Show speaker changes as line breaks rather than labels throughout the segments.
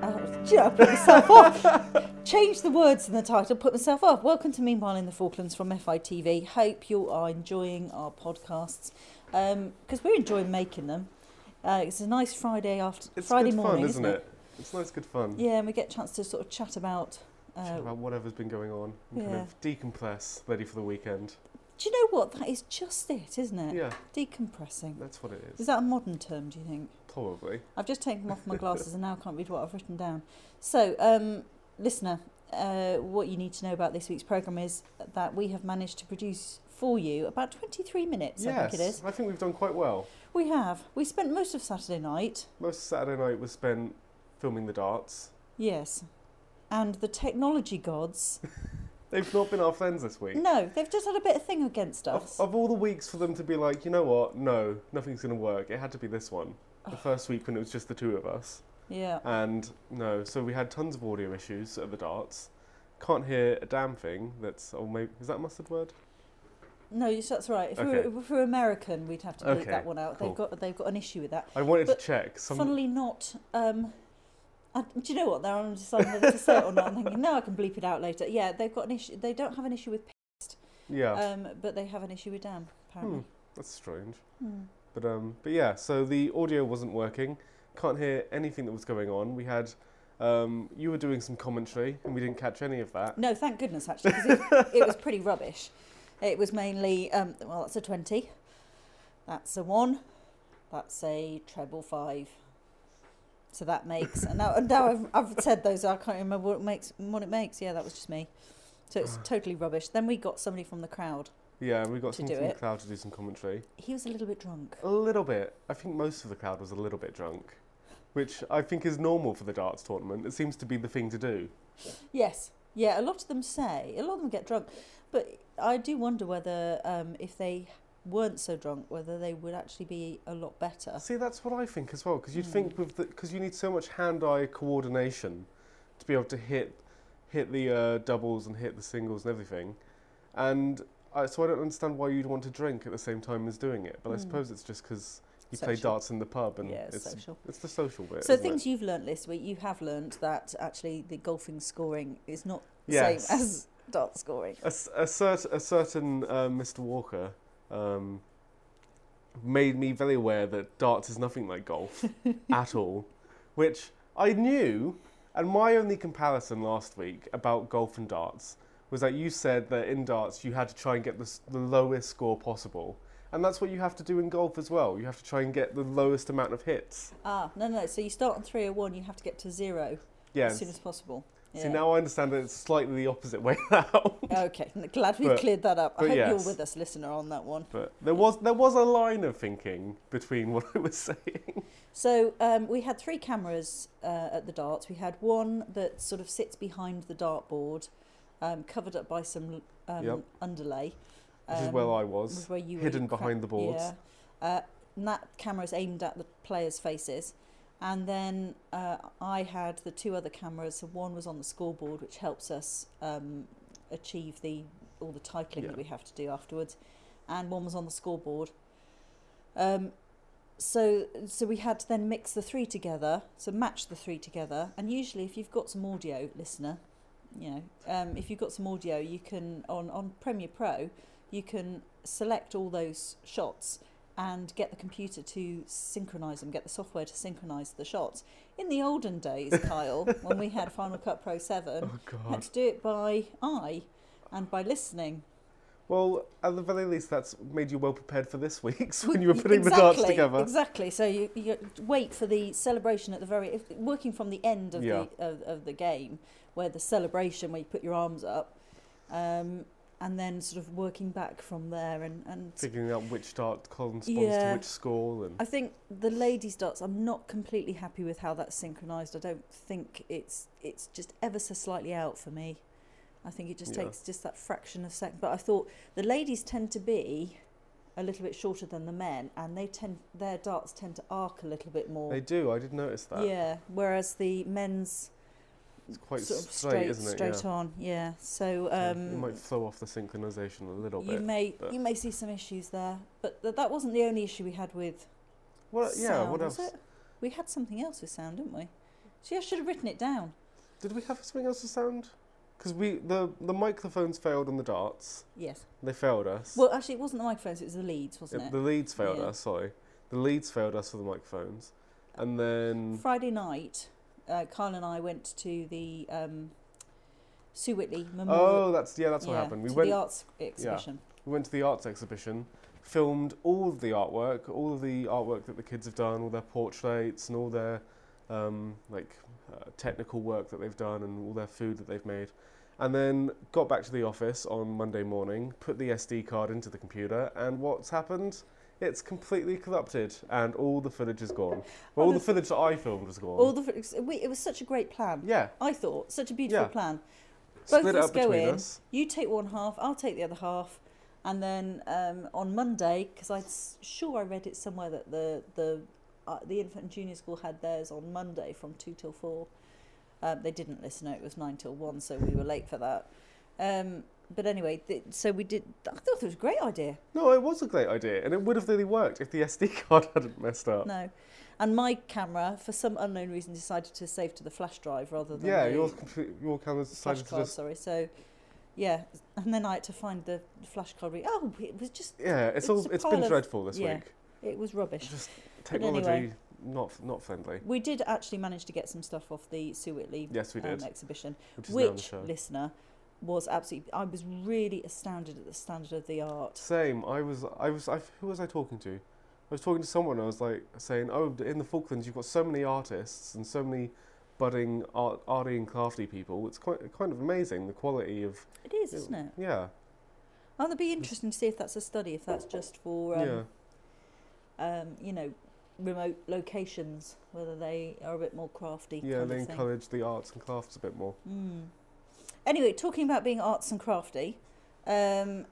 try to uh, put myself off. Change the words in the title, put myself off. Welcome to Meanwhile in the Falklands from FITV. Hope you are enjoying our podcasts because we're enjoying making them. Uh, it's a nice Friday after
It's
Friday
good
morning,
fun, isn't it? It's nice, good fun.
Yeah, and we get a chance to sort of chat about.
Chat
Uh,
about whatever's been going on. and
yeah.
Kind of decompress, ready for the weekend.
do you know what? That is just it, isn't it?
Yeah,
Decompressing.
that's what it is.
Is that a modern term? Do you think?
Probably.
I've just taken off my glasses and now can't read what I've written down. So, um, listener, uh, what you need to know about this week's programme is that we have managed to produce for you about 23 minutes, I
yes,
think it is.
I think we've done quite well.
We have. We spent most of Saturday night,
Most Saturday night was spent filming the darts.
yes, and the technology gods.
They've not been our friends this week.
No, they've just had a bit of thing against
Of,
us.
of all the weeks for them to be like, you know what? No, nothing's going to work. It had to be this one. The first week when it was just the two of us.
Yeah.
And no, so we had tons of audio issues at the darts. Can't hear a damn thing. That's oh, maybe is that a mustard word?
No, yes, that's right. If, we
Okay.
were, if we were American, we'd have to bleep
Okay,
that one out. They've
cool.
got they've got an issue with that.
I wanted
But
to check. Some,
Funnily not. Um, I, do you know what? Now I'm deciding whether to say it or not. I'm thinking, no, I can bleep it out later. Yeah, they've got an issue. They don't have an issue with, p-
yeah, Hmm.
um, but they have an issue with damn. Apparently.
that's strange.
Hmm.
But um, but yeah. So the audio wasn't working. Can't hear anything that was going on. We had um, you were doing some commentary, and we didn't catch any of that.
No, thank goodness actually, 'cause it, it was pretty rubbish. It was mainly um, well, that's a twenty. That's a one. That's a treble five. So that makes and now and now I've, I've said those. I can't remember what it makes. What it makes. Yeah, that was just me. So it's totally rubbish. Then we got somebody from the crowd.
Yeah, and we got
To
some
do
from the
it.
crowd to do some commentary.
He was a little bit drunk.
A little bit. I think most of the crowd was a little bit drunk, which I think is normal for the darts tournament. It seems to be the thing to do.
Yes. Yeah, a lot of them say, a lot of them get drunk. But I do wonder whether um, if they weren't so drunk, whether they would actually be a lot better.
See, that's what I think as well, because you'd
Hmm.
think with because you need so much hand-eye coordination to be able to hit hit the uh, doubles and hit the singles and everything, and I, so I don't understand why you'd want to drink at the same time as doing it. But I
Hmm.
suppose it's just because you play
Social.
darts in the pub and
Yeah, it's
it's
social.
it's the social bit.
So
isn't it?
things you've learnt this week, you have learnt that actually the golfing scoring is not the
Yes.
same as dart scoring.
A, s- a cer- a certain uh, Mr. Walker um, made me very aware that darts is nothing like golf at all, which I knew. And my only comparison last week about golf and darts was that you said that in darts you had to try and get the, s- the lowest score possible. And that's what you have to do in golf as well. You have to try and get the lowest amount of hits.
Ah, no, no. So you start on three or one, you have to get to zero
Yeah.
as soon as possible.
See, now I understand that it's slightly the opposite way now.
Okay, glad we've
But-
cleared that up. I
but
hope
yes.
you're with us, listener, on that one.
But there was there was a line of thinking between what I was saying.
So um, we had three cameras uh, at the darts. We had one that sort of sits behind the dartboard, um, covered up by some um,
Yep.
underlay.
Which is
Um,
where I was,
where you were,
hidden
you cra-
behind the boards.
Yeah. Uh, and that camera's aimed at the players' faces. And then uh, I had the two other cameras. So one was on the scoreboard, which helps us um, achieve the all the titling
Yeah.
that we have to do afterwards, and one was on the scoreboard. Um, so so we had to then mix the three together, so match the three together. And usually, if you've got some audio, listener, you know, um, if you've got some audio, you can on on Premiere Pro, you can select all those shots and get the computer to synchronize them, get the software to synchronize the shots. In the olden days, Kyle, when we had Final Cut Pro Seven,
Oh
had
God!
to do it by eye and by listening.
Well, at the very least, that's made you well prepared for this week's when you were putting the darts together.
Exactly. So you, you wait for the celebration at the very, if, working from the end of,
Yeah.
the, of, of the game, where the celebration, where you put your arms up, um, and then sort of working back from there. And, and
Figuring out which dart corresponds
Yeah.
to which score, and
I think the ladies' darts, I'm not completely happy with how that's synchronised. I don't think it's it's just ever so slightly out for me. I think it just
Yeah.
takes just that fraction of a second. But I thought the ladies tend to be a little bit shorter than the men, and they tend their darts tend to arc a little bit more.
they do. I did notice that.
Yeah, whereas the men's
It's quite
sort of
straight,
straight,
isn't it?
straight
yeah.
on. Yeah, so
So
um,
it might throw off the synchronisation a little
you
bit.
may
but-
you may see some issues there, but th- that wasn't the only issue we had with
Well, yeah.
sound,
What
was
else?
it? We had something else with sound, didn't we? See, I should have written it down.
Did we have something else to sound? Because we the the microphones failed on the darts.
Yes.
They failed us.
Well, actually, it wasn't the microphones; it was the leads,
Uh,
wasn't it?
the leads failed
Yeah.
us. Sorry, the leads failed us for the microphones, and then
Friday night, uh, Kyle and I went to the um, Sue Whitley Memorial.
oh, that's yeah, that's what
yeah,
happened. We
to
went
the arts exhibition.
we went to the arts exhibition, filmed all of the artwork, all of the artwork that the kids have done, all their portraits and all their um, like uh, technical work that they've done and all their food that they've made. And then got back to the office on Monday morning, put the SD card into the computer, and what's happened? It's completely corrupted, and all the footage is gone. Well, all the
that's-
footage that I filmed is gone.
All the we, it was such a great plan.
yeah,
I thought such a beautiful
Yeah.
plan. Both
split it
of us
up
go
between
in.
us.
You take one half, I'll take the other half, and then um, on Monday, because I'm sure I read it somewhere that the the uh, the infant and junior school had theirs on Monday from two till four. Um, they didn't listen. It was nine till one, so we were late for that. Um, but anyway, th- so we did. I thought it was a great idea.
No, it was a great idea, and it would have really worked if the SD card hadn't messed up.
No, and my camera, for some unknown reason, decided to save to the flash drive rather than
Yeah,
the
your compu- your camera's
flash
decided to
card.
just
Sorry, so. Yeah, and then I had to find the flash card. re- Oh, it was just
yeah, it's,
It's
all
a
it's been
pile of-
dreadful this
yeah.
week.
It was rubbish.
Just
But anyway.
technology not not friendly.
We did actually manage to get some stuff off the Sue Whitley
Yes, we did,
um, exhibition,
which is now on the
which
show.
listener was absolutely. I was really astounded at the standard of the art.
Same. I was I was I, who was I talking to? I was talking to someone. I was like saying, "Oh, in the Falklands, you've got so many artists and so many budding art, arty and crafty people. It's quite kind of amazing the quality of
It is, isn't it?
yeah
Oh, it'd be interesting to see if that's a study, if that's just for,
yeah."
um, um, you know, remote locations, whether they are a bit more crafty.
Yeah,
kind
they
of thing.
encourage the arts and crafts a bit more.
Mm. Anyway, talking about being arts and crafty, um,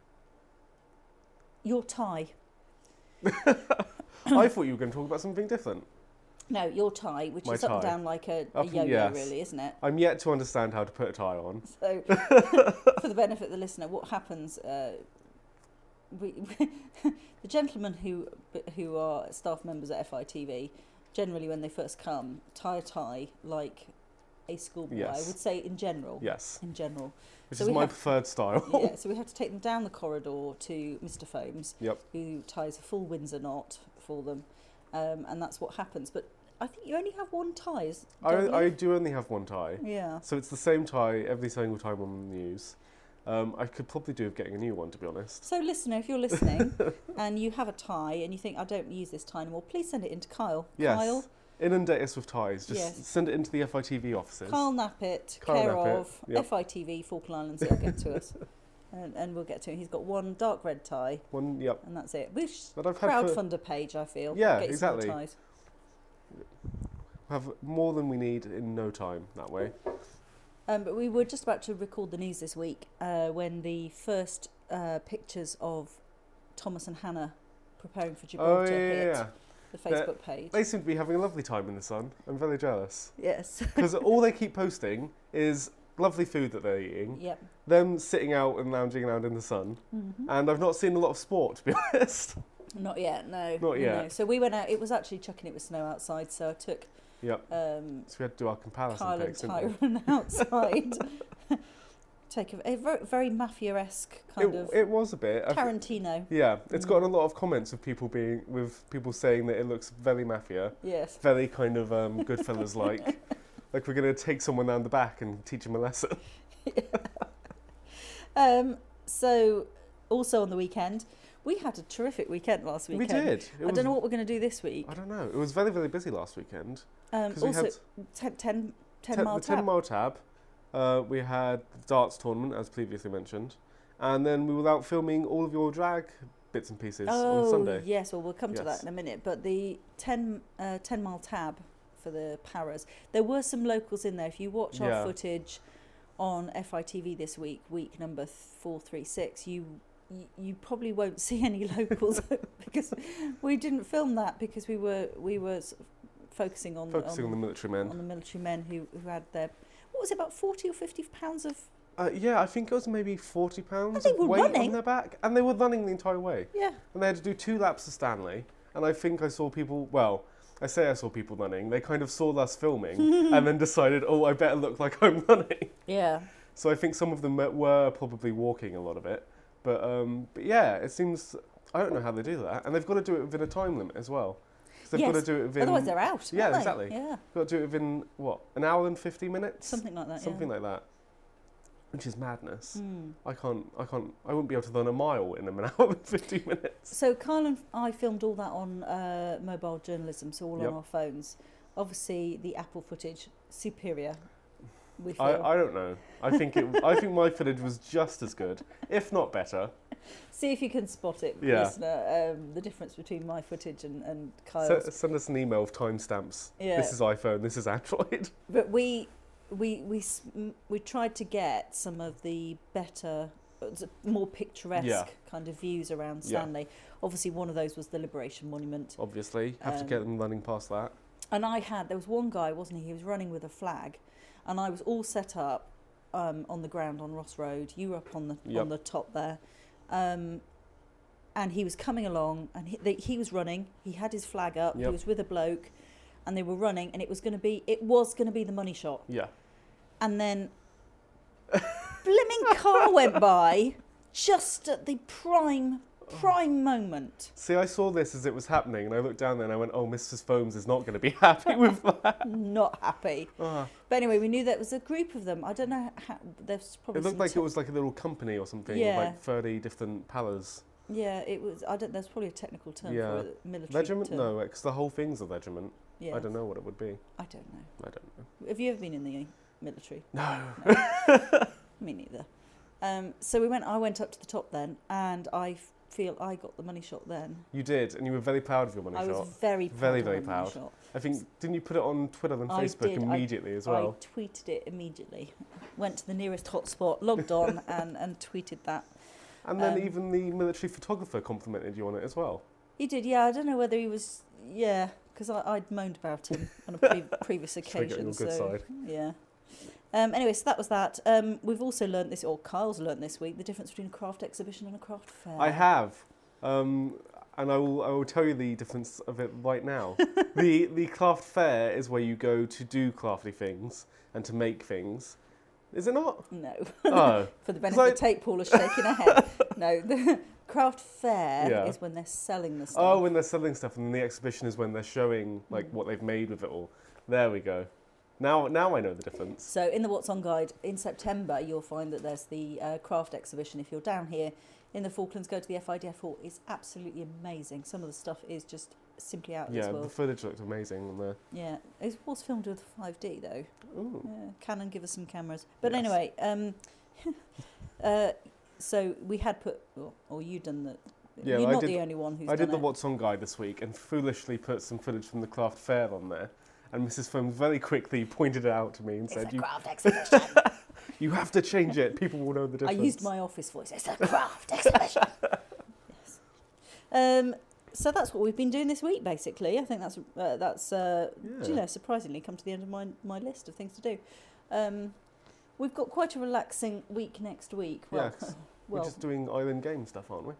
your tie.
I thought you were going to talk about something different.
No, your tie, which
My
is up and
tie.
down like a, a
Up and-
yo-yo,
yes.
really, isn't it?
I'm yet to understand how to put a tie on.
So, for the benefit of the listener, what happens? Uh, we, the gentlemen who who are staff members at FITV, generally when they first come, tie a tie like a schoolboy. I
Yes.
would say in general.
Yes,
In general.
which
So
is
we
my
have-
preferred style.
yeah. So we have to take them down the corridor to Mr. Foames,
Yep.
who ties a full Windsor knot for them, um, and that's what happens. But I think you only have one tie. is-
I,
don't you?
I do only have one tie.
yeah.
So it's the same tie every single time on the news. Um, I could probably do with getting a new one, to be honest.
So, listener, if you're listening and you have a tie and you think, I don't use this tie anymore, please send it in to Kyle.
Yes.
Kyle,
Inundate us with ties. Just
Yes.
send it into the FITV offices.
Kyle Nappett,
Kyle
care
Nappett,
of
yep.
FITV, Falkland Islands, he'll get to us. And, and we'll get to him. He's got one dark red tie,
One, yep.
and that's it. We should
That I've had for,
crowdfund a page, I feel.
Yeah,
get you some more
exactly.
Ties.
have more than we need in no time that way.
Um, but we were just about to record the news this week uh, when the first uh, pictures of Thomas and Hannah preparing for
Oh,
Gibraltar
yeah, yeah,
hit
yeah.
the
They're-
Facebook page.
They seem to be having a lovely time in the sun. I'm very jealous.
Yes.
Because all they keep posting is lovely food that they're eating,
yep.
them sitting out and lounging around in the sun.
hmm
And I've not seen a lot of sport, to be honest.
Not yet, no.
Not
No.
yet.
So we went out. It was actually chucking it with snow outside, so I took
Yep.
um,
So we had to do our comparison
Kyle and
picks, didn't we?
Tyrone outside. Take a, a ver- very mafia-esque kind
it,
of
it was a bit. I-
Tarantino.
Yeah, it's
Mm.
gotten a lot of comments of people being with people saying that it looks very mafia,
Yes.
very kind of um, Goodfellas like, like we're gonna take someone down the back and teach them a lesson.
Um, so also on the weekend, we had a terrific weekend last
We,
weekend.
did. It
I
was,
don't know what we're going to do this week.
I don't know. It was very very busy last weekend
Um,
because we
also,
had
10, 10, 10
te-
mile
the ten
tap.
mile tab. Uh, we had the darts tournament as previously mentioned, and then we were out filming all of your drag bits and pieces
oh
on Sunday.
yes, well we'll come to that
Yes.
in a minute. But the 10, uh, 10 mile tab for the paras. There were some locals in there. If you watch our
Yeah.
footage on FITV this week, week number four three six, you you- you probably won't see any locals because we didn't film that because we were we were sort of focusing on
Focusing on the military men.
on the military men who who had their what was it about forty or fifty pounds of
Uh, yeah, I think it was maybe forty pounds
they
of
were
weight
running.
on their back, and they were running the entire way.
yeah
and they had to do two laps of Stanley. And I think I saw people. Well, I say I saw people running. They kind of saw us filming and then decided, oh, I better look like I'm running.
Yeah.
So I think some of them were probably walking a lot of it. But, um, but yeah, it seems. I don't know how they do that. And they've got to do it within a time limit as well. So they've got
Yes.
to do it within.
Otherwise, they're out.
Yeah,
aren't they?
exactly.
Yeah,
got to do it within, what, an hour and 50 minutes?
something like that.
Something
yeah.
like that. Which is madness.
Mm.
I can't, I can't, I wouldn't be able to run a mile in an hour and 50 minutes.
So Carl and I filmed all that on uh, mobile journalism, so all
Yep.
on our phones. Obviously, the Apple footage superior. We feel.
I, I don't know. I think it, I think my footage was just as good, if not better.
See if you can spot it,
Yeah.
listener. Um, the difference between my footage and and
Se-
Kyle's.
send us an email of timestamps.
Oh, Yeah.
This is iPhone, this is Android.
But we we we s- m- we tried to get some of the better, uh, s- more picturesque
Yeah.
kind of views around
Yeah.
Stanley. Obviously, one of those was the Liberation Monument.
Obviously, have to
Um,
get them running past that.
And I had, there was one guy, wasn't he? He was running with a flag. And I was all set up um, on the ground on Ross Road. You were up on the,
Yep.
on the top there. Um, and he was coming along and he, they, he was running. He had his flag up. He
Yep.
was with a bloke and they were running and it was going to be, it was going to be the money shot.
Yeah.
And then blimming car went by just at the prime, prime moment.
See, I saw this as it was happening, and I looked down there and I went, "Oh, Mrs. Foams is not going to be happy with that."
Not happy.
Ah,
But anyway, we knew that was a group of them. I don't know how. There's probably
it looked
some
like
te-
it was like a little company or something,
Yeah.
with like thirty different pallors.
Yeah, it was. I don't. There's probably a technical term
Yeah.
for it. Military
Legiment?
term.
No, because the whole thing's a legiment.
Yeah.
I don't know what it would be.
I don't know.
I don't know.
Have you ever been in the military?
No.
Me neither. Um, so we went. I went up to the top then, and I f- feel I got the money shot then.
You did, and you were very proud of your money
I
shot.
was very proud
Very,
of my
very
money
proud.
shot.
I think didn't you put it on Twitter and
I
Facebook
did, I-
immediately as well?
I tweeted it immediately. Went to the nearest hotspot, logged on, and, and tweeted that.
and then
um,
even the military photographer complimented you on it as well.
He did, yeah. I don't know whether he was, yeah, because I'd moaned about him on a pre- previous
Strike it on
occasion.
your good
so,
side.
yeah. Um, anyway, so that was that. Um, we've also learnt this, or Kyle's learnt this week, the difference between a craft exhibition and a craft fair.
I have, um, and I will. I will tell you the difference of it right now. the The craft fair is where you go to do crafty things and to make things. Is it not?
No,
Oh,
for the
'Cause
benefit of
I-
the tape, Paula's shaking her head. No, the craft fair
Yeah.
is when they're selling the stuff.
oh, when they're selling stuff, and then the exhibition is when they're showing like
Mm.
what they've made with it all. There we go. Now, now I know the difference.
So in the What's On Guide in September, you'll find that there's the uh, craft exhibition. If you're down here in the Falklands, go to the FIDF Hall. It's absolutely amazing. Some of the stuff is just simply out of
Yeah,
this
the
world.
footage looked amazing on there.
Yeah, it was filmed with 5D though.
Ooh.
Yeah, Canon give us some cameras. But
Yes.
anyway, um, uh, so we had put, or, or you done the.
Yeah,
you're
I
not
did-
the only one who's
I
done
did the
it.
What's On guide this week and foolishly put some footage from the craft fair on there. And Mrs. Foams very quickly pointed it out to me and
It's
said,
a
you,
craft exhibition.
you have to change it. People will know the
I
difference.
used my office voice. It's a craft exhibition. yes. Um, so that's what we've been doing this week, basically. I think that's uh, that's uh, do you
Yeah.
know surprisingly come to the end of my my list of things to do. Um, we've got quite a relaxing week next week. Well,
Yes. We're
well,
just doing island game stuff, aren't we?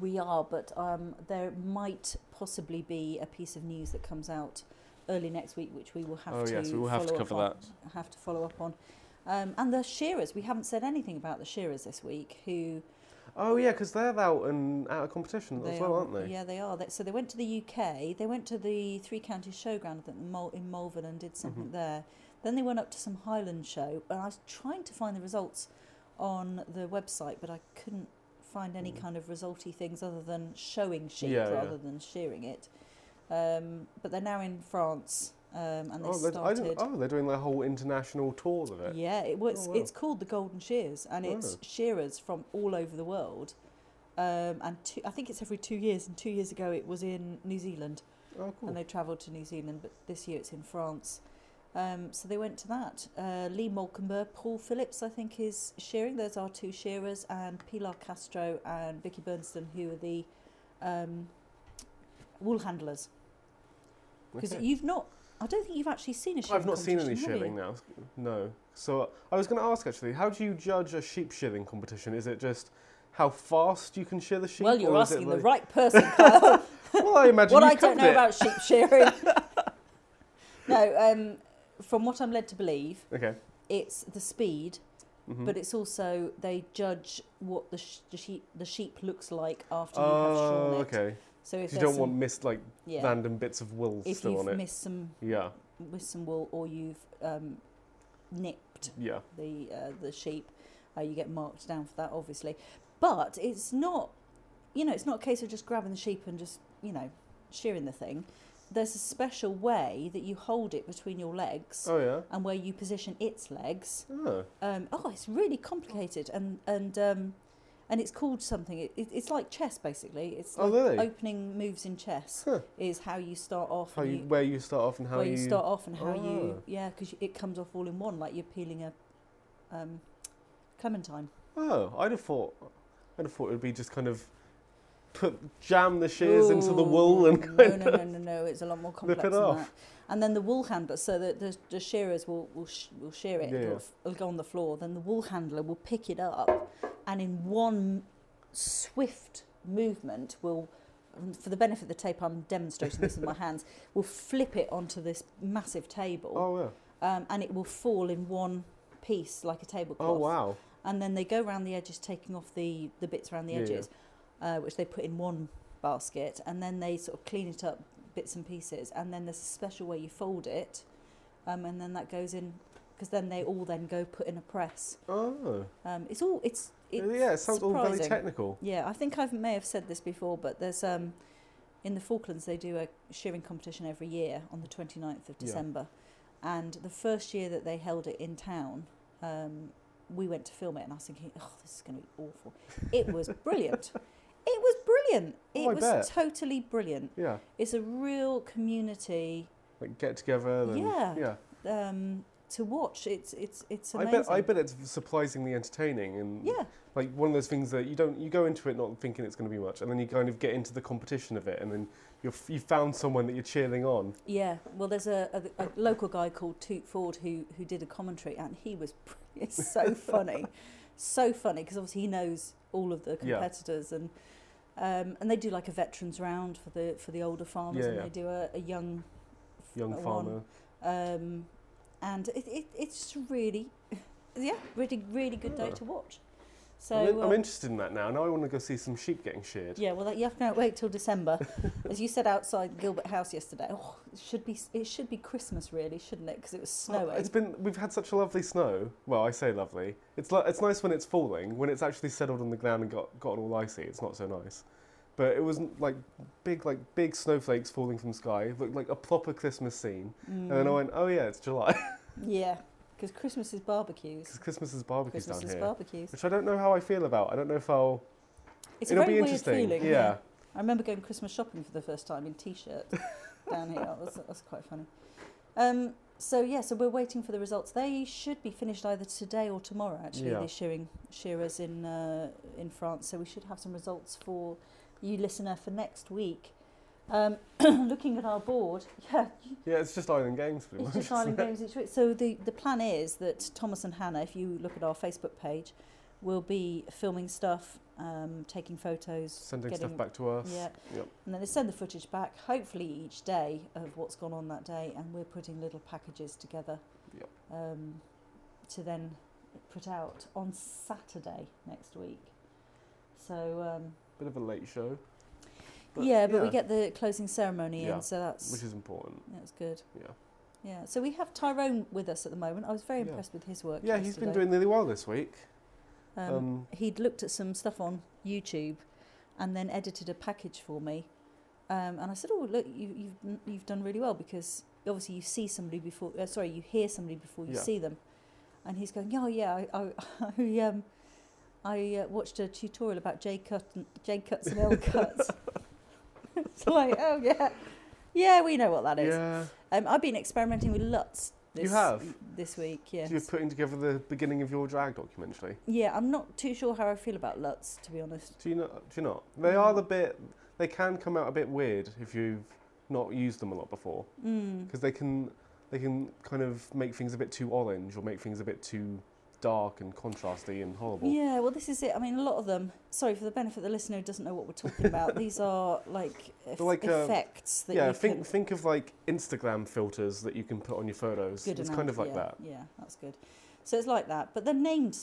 we are, but um, there might possibly be a piece of news that comes out early next week, which we will have
Oh,
to
yes, we will have to
follow
cover
up on, Have to follow up on. Um, and the shearers, we haven't said anything about the shearers this week, who
Oh, yeah, because they're out and out of competition as well,
are,
aren't they?
Yeah, they are. They- So they went to the UK. They went to the Three Counties Showground I think, in Mol- in Malvern and did something
Mm-hmm.
there. Then they went up to some Highland show, and I was trying to find the results on the website, but I couldn't find any
Mm.
kind of resulty things other than showing sheep
Yeah, yeah.
rather than shearing it. Um, but they're now in France, um, and they
oh, they're, I
started.
didn't- oh, they're doing their whole international tour of it.
Yeah, it was.
oh, wow.
It's called the Golden Shears, and it's
Wow.
shearers from all over the world. Um, and two, I think it's every two years. And two years ago, it was in New Zealand,
Oh, cool.
and they travelled to New Zealand. But this year, it's in France. Um, so they went to that. Uh, Lee Molkenberg, Paul Phillips, I think, is shearing. Those are two shearers, and Pilar Castro and Vicky Bernstein, who are the um, wool handlers. Because
Okay.
you've not, I don't think you've actually seen a shearing.
Oh, I've not seen any
competition, have you?
shearing now. No. So uh, I was going to ask actually, how do you judge a sheep shearing competition? Is it just how fast you can shear the sheep?
Well, you're
or is it
asking the
like-
right person, Kyle.
Well, I imagine
What
you
I don't
covered
know
it.
about sheep shearing No, um, from what I'm led to believe,
Okay.
it's the speed,
Mhm.
but it's also they judge what the, sh- the sheep the sheep looks like after you have shorn
Oh,
it.
okay.
So if
You
there's
don't want
some-
missed like
yeah,
random bits of wool
if
still
you've
on it.
missed some
yeah,
with some wool or you've um, nipped
yeah.
the uh, the sheep, uh, you get marked down for that, obviously. But it's not, you know, it's not a case of just grabbing the sheep and just you know shearing the thing. There's a special way that you hold it between your legs
Oh yeah.
and where you position its legs.
Oh.
Um, oh, it's really complicated and and um, and it's called something. It, it, it's like chess basically. It's
Oh,
like
really?
opening moves in chess
Huh.
is how you start off.
How
and
you, where you start off and how
where
you,
you, start off and how
Ah.
you yeah because it comes off all in one like you're peeling a um, clementine
Oh, I'd have thought. I'd have thought it would be just kind of put jam the shears into the wool and
Ooh, no
kind of.
no no no no it's a lot more complex
it
than
off.
that and then the wool handler so the, the, the shearers will will, sh- will shear it
Yeah,
it'll,
yeah.
f- it'll go on the floor then the wool handler will pick it up and in one swift movement will um, for the benefit of the tape I'm demonstrating this with my hands will flip it onto this massive table
Oh yeah.
um, and it will fall in one piece like a tablecloth.
Oh wow.
And then they go around the edges, taking off the, the bits around the
Yeah, yeah.
edges, uh, which they put in one basket, and then they sort of clean it up bits and pieces. And then there's a special way you fold it, um, and then that goes in because then they all then go put in a press.
Oh.
Um, it's all it's, it's
yeah. It sounds all very
surprising.
technical.
Yeah, I think I may have said this before, but there's um, in the Falklands they do a shearing competition every year on the 29th of
Yeah.
December, and the first year that they held it in town, um, we went to film it, and I was thinking, oh, this is going to be awful. It was brilliant. It was brilliant. It
Oh, I
was
bet.
totally brilliant.
Yeah.
It's a real community
Like get together. And,
Yeah.
Yeah.
um, to watch. It's it's it's
I
amazing.
bet. I bet it's surprisingly entertaining and
Yeah,
like one of those things that you don't you go into it not thinking it's going to be much and then you kind of get into the competition of it and then you're, f- you found someone that you're cheering on
Yeah, well, there's a, a, a local guy called Toot Ford who who did a commentary, and he was it's so funny, so funny because obviously he knows all of the
Yeah.
competitors and. Um, and they do like a veterans round for the for the older farmers,
Yeah,
and
yeah.
they do a, a young
young
Go on.
farmer
um, and it, it, it's just really, yeah, really really good day
Ah.
to watch. So
I'm, in- I'm
uh,
interested in that now now i want to go see some sheep getting sheared
yeah, well, that, you have to wait till December, as you said outside Gilbert House yesterday. Oh, it should be it should be Christmas really, shouldn't it? Because it was
Oh,
snowing.
it's been we've had such a lovely snow well i say lovely it's li- it's nice when it's falling when it's actually settled on the ground and got got all icy it's not so nice but it wasn't like big like big snowflakes falling from sky it looked like a proper christmas scene and then i
Mm.
went oh yeah it's july
Yeah, because Christmas is barbecues.
because christmas is barbecues
Christmas
down
is
here
barbecues.
which i don't know how i feel about i don't know if i'll
It's
It'll
a very
be
weird
interesting.
feeling.
yeah.
I remember going Christmas shopping for the first time in t-shirt down here. That was, that was quite funny. Um, so yeah, so we're waiting for the results. They should be finished either today or tomorrow. Actually,
Yeah.
the shearing shearers in uh, in France. So we should have some results for you, listener, for next week. Um, looking at our board, yeah,
Yeah, it's just Island Games pretty
It's
much.
just Island Games each week. So the, the plan is that Thomas and Hannah, if you look at our Facebook page, will be filming stuff, um, taking photos,
Sending
getting,
stuff back to us.
Yeah.
Yep.
and then they send the footage back, hopefully each day of what's gone on that day, and we're putting little packages together
Yep.
um, to then put out on Saturday next week. So um,
Bit of a late show.
yeah, but we get the closing ceremony
Yeah,
in, so that's
Which is important.
that's good.
Yeah.
Yeah, so we have Tyrone with us at the moment. I was very
Yeah.
impressed with his work.
Yeah, he's been
yesterday.
doing really well this week.
Um,
Um,
he'd looked at some stuff on YouTube, and then edited a package for me. Um, and I said, "Oh, look, you, you've n- you've done really well because obviously you see somebody before. Uh, sorry, you hear somebody before you
Yeah.
see them." And he's going, "Oh yeah, I I, I, um, I uh, watched a tutorial about J cut and J cuts and L cuts." it's like, oh yeah, yeah, we know what that is.
yeah.
Um, I've been experimenting with LUTs.
You
This,
have?
this week, yes.
So you're putting together the beginning of your drag documentary.
Yeah, I'm not too sure how I feel about LUTs, to be honest.
Do you not? Do you not? They
Mm.
are the bit. They can come out a bit weird if you've not used them a lot before,
Mm.
because they can they can kind of make things a bit too orange or make things a bit too dark and contrasty and horrible.
Yeah, well, this is it. I mean, a lot of them. Sorry for the benefit of the listener who doesn't know what we're talking about. These are like, eff-
They're like, uh,
effects that
yeah,
you
think
can
think of like Instagram filters that you can put on your photos.
good
it's
enough,
kind of like
yeah,
that.
Yeah, that's good. So it's like that, but they're named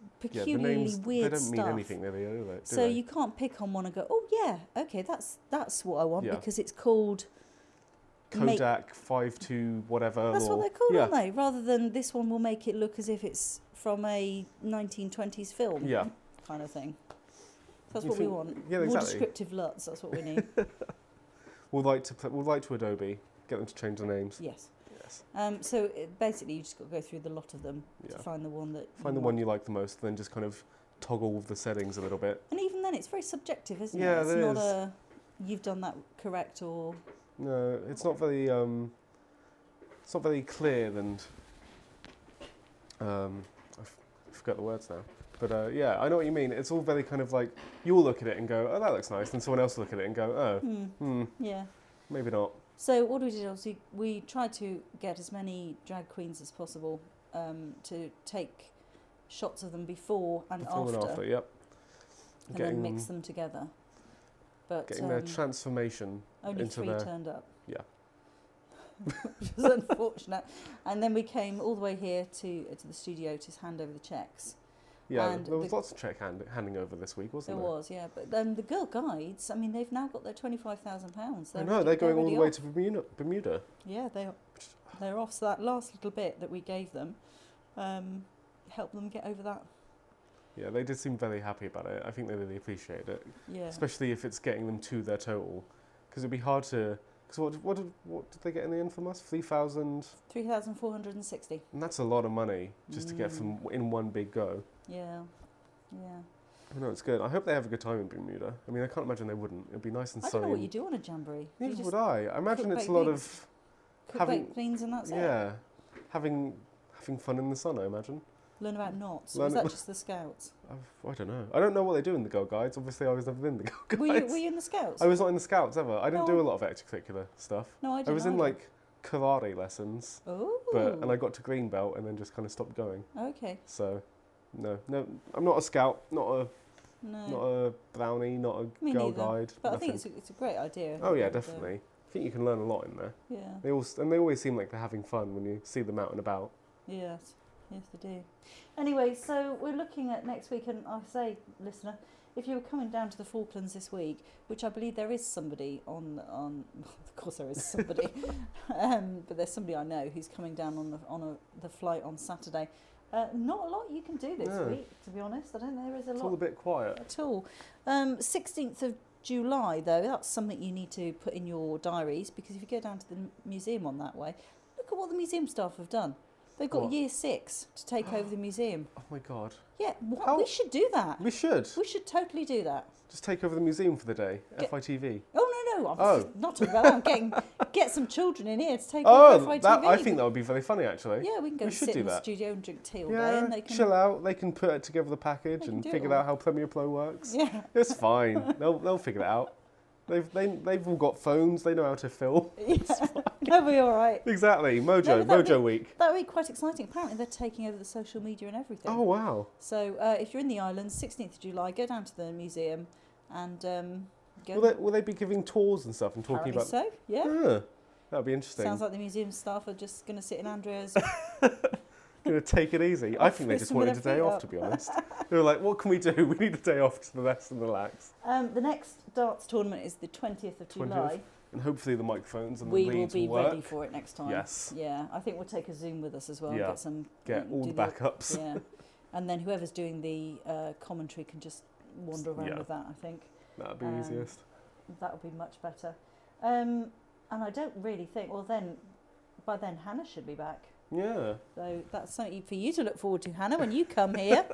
Yeah,
peculiarly
the names
weird
they don't
stuff.
mean anything, do they? Do they?
so you can't pick on one and go, "Oh yeah, okay, that's that's what I want,"
Yeah.
because it's called make-
Kodak five two whatever.
that's
or,
what they're called,
yeah,
aren't they? Rather than this one will make it look as if it's from a 1920s film,
Yeah.
kind of thing. That's
You
what we
think-
want.
yeah,
More
exactly.
descriptive LUTs. That's what we need.
We'll like to pl- we'll like to Adobe. Get them to change the names.
yes.
Yes.
Um, so it, basically, you just got to go through the lot of them
Yeah.
to find the one that
Find
you
the
want.
one you like the most, then just kind of toggle the settings a little bit.
And even then, it's very subjective, isn't
Yeah,
it? It's
it
not
is.
a you've done that correct or
No, it's not very um, it's not very clear and um, I, f- I forgot the words now. But uh, yeah, I know what you mean. It's all very kind of like you'll look at it and go, oh, that looks nice, and someone else will look at it and go, oh,
hmm,
hmm,
yeah.
maybe not.
So what we did was we, we tried to get as many drag queens as possible um, to take shots of them before and
Before
after,
and after, yep.
and
Getting,
then mix them together. But
getting their
um,
transformation.
only
into
three
their-
turned up.
yeah.
Which was unfortunate. And then we came all the way here to uh, to the studio to hand over the checks.
Yeah,
and
there was
the-
lots of check hand, handing over this week,
There
wasn't there?
was, yeah. But then the girl guides, I mean, they've now got their £25,000.
I
They're
know,
already-
they're going all
already
the way
off.
to Bermuda. Bermuda.
Yeah, they, they're off. So that last little bit that we gave them um, helped them get over that.
Yeah, they did seem very happy about it. I think they really appreciated it.
Yeah.
especially if it's getting them to their total, because it'd be hard to. Because what what did, what did they get in the end from us? Three thousand,
3,460.
and that's a lot of money just to get from
Mm.
in one big go.
Yeah. Yeah.
I know it's good. I hope they have a good time in Bermuda. I mean, I can't imagine they wouldn't. It'd be nice and
I don't know what you
sunny.
do on a jamboree. You
Neither
just
would I. I imagine it's a
baked
lot
beans.
of
cook
having-
baked beans and that's it.
yeah, having having fun in the sun. I imagine.
Learn about knots.
Learn
was that
ab-
just the scouts?
I've, I don't know. I don't know what they do in the Girl Guides. Obviously, I was never in the Girl Guides.
Were you, were you in the scouts?
I was not in the Scouts ever. I didn't do
No.
a lot of extracurricular stuff.
no, I didn't.
I was in
either.
like karate lessons.
Oh.
but and I got to green belt and then just kind of stopped going.
Okay.
So, no, no, I'm not a scout, not a
No.
not a brownie, not a
Me
girl
neither.
guide.
but I
nothing.
think it's a, it's a great idea.
oh yeah,
And, uh,
definitely. I think you can learn a lot in there.
Yeah.
They all s- and they always seem like they're having fun when you see them out and about.
Yes, yes, they do. Anyway, so we're looking at next week, and I say, listener, if you were coming down to the Falklands this week, which I believe there is somebody on on, of course there is somebody, um, but there's somebody I know who's coming down on the on a, the flight on Saturday. Uh, not a lot you can do this
No.
week, to be honest. I don't think there is a
It's all
lot
a bit quiet.
at all. Um, 16th of July, though, that's something you need to put in your diaries because if you go down to the m- museum on that way, look at what the museum staff have done. They've got
What?
year six to take over the museum.
Oh my god,
Yeah, what,
How-
we should do that.
we should
We should totally do that.
just take over the museum for the day.
Get-
FITV.
Oh no no! I'm
Oh.
not talking about that. I'm getting get some children in here to take over
Oh,
FITV.
that, I think that would be very funny actually.
yeah, we can go
we should
sit
do
in the
that.
studio and drink tea all
Yeah,
day, and they can
chill out. They can put together the package
They can
and
do it
figure
all.
out how Premiere Pro works.
yeah
It's fine. They'll they'll figure it out. They've they, they've all got phones. They know how to film.
they'll be all right.
Exactly.
No,
Mojo
but that'd
Mojo Week.
That would be quite exciting. Apparently, they're taking over the social media and everything.
Oh wow.
So uh, if you're in the islands, 16th of July, go down to the museum and um, go.
Will they, will they be giving tours and stuff and talking
Apparently
about?
so, yeah.
Ah, that'd be interesting.
Sounds like the museum staff are just going to sit in Andrea's.
Gonna take it easy. I think they
Office
just
with
wanted a
their
day
feet
off,
up.
to be honest. they were like, "What can we do? We need a day off to relax and relax."
um, the next darts tournament is the 20th of
20th,
July.
And hopefully the microphones and
we
the
will
leads
be
work.
ready for it next time.
Yes.
Yeah, I think we'll take a Zoom with us as well. and
Yeah.
Get some. mm,
Get
do
all the backups.
Yeah. And then whoever's doing the uh, commentary can just wander around
Yeah.
with that, I think.
That'd be
Um,
easiest.
That would be much better. Um, and I don't really think, well, then, by then, Hannah should be back.
Yeah.
So that's something for you to look forward to, Hannah, when you come here.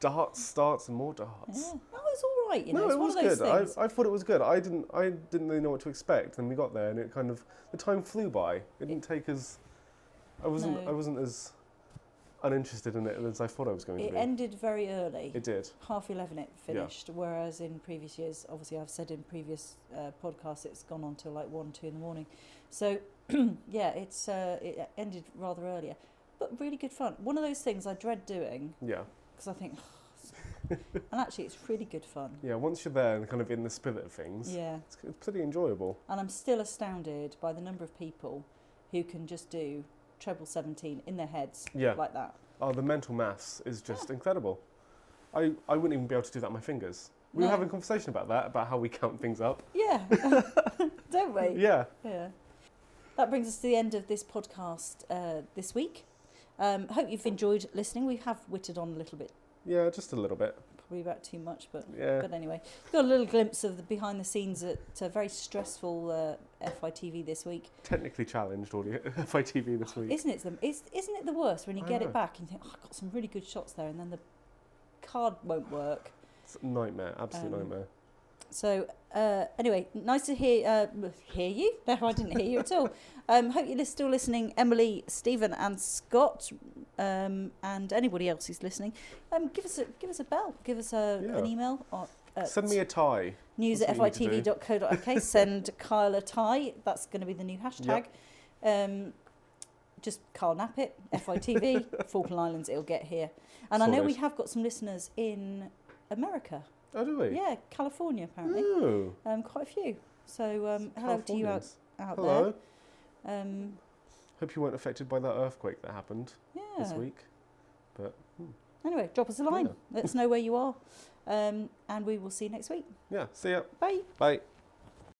Darts, starts, and more
yeah.
darts.
No, it's all right, you know.
no,
it's
it
one
was
of those
good. I,
things.
I thought it was good. I didn't I didn't really know what to expect. Then we got there, and it kind of the time flew by. It didn't take as I wasn't
No.
I wasn't as uninterested in it as I thought I was going
It
to be.
ended very early.
it did.
Half 11 it finished, whereas in previous years, obviously, I've said in previous uh, podcasts, it's gone on till like 1, 2 in the morning. So, yeah, it's uh, it ended rather earlier. but really good fun. One of those things I dread doing
Yeah.
because I think, and actually, it's really good fun.
Yeah, once you're there and kind of in the spirit of things,
Yeah,
it's, it's pretty enjoyable.
and I'm still astounded by the number of people who can just do treble seventeen in their heads
Yeah.
like that.
Oh, the mental maths is just incredible. I, I wouldn't even be able to do that on my fingers. We
No.
were having a conversation about that, about how we count things up.
Yeah, don't we?
Yeah.
Yeah. That brings us to the end of this podcast uh, this week. Um, hope you've enjoyed listening. We have whittled on a little bit,
Yeah, just a little bit.
probably about too much, but
Yeah.
but anyway, got a little glimpse of the behind the scenes at a very stressful uh, FITV this week.
Technically challenged audio FITV this week.
Isn't it the is, isn't it the worst when you
I
get
know.
it back and you think, oh, I got some really good shots there, and then the card won't work.
It's a nightmare, absolute
Um,
nightmare.
So uh, anyway, nice to hear uh, hear you. No, I didn't hear you at all. Um, hope you're still listening, Emily, Stephen, and Scott, um, and anybody else who's listening. Um, give us a give us a bell. Give us a,
Yeah.
an email. Or, at
Send me a tie.
news at
that's what you need to
fytv.co.uk. Send Kyle a tie. That's going to be the new hashtag. Um, just Carl Nappit, FITV, Falkland Islands. It'll get here. And I know
Sorted.
we have got some listeners in America.
Oh, do we?
Yeah, California apparently
Ooh.
um, quite a few. So um, hello to you out,
Californians.
out
Hello.
there. Um,
Hope you weren't affected by that earthquake that happened this
yeah.
week.
Anyway, drop us a line.
Yeah.
Let us know where you are. Um, and we will see you next week.
Yeah, see ya.
Bye.
Bye.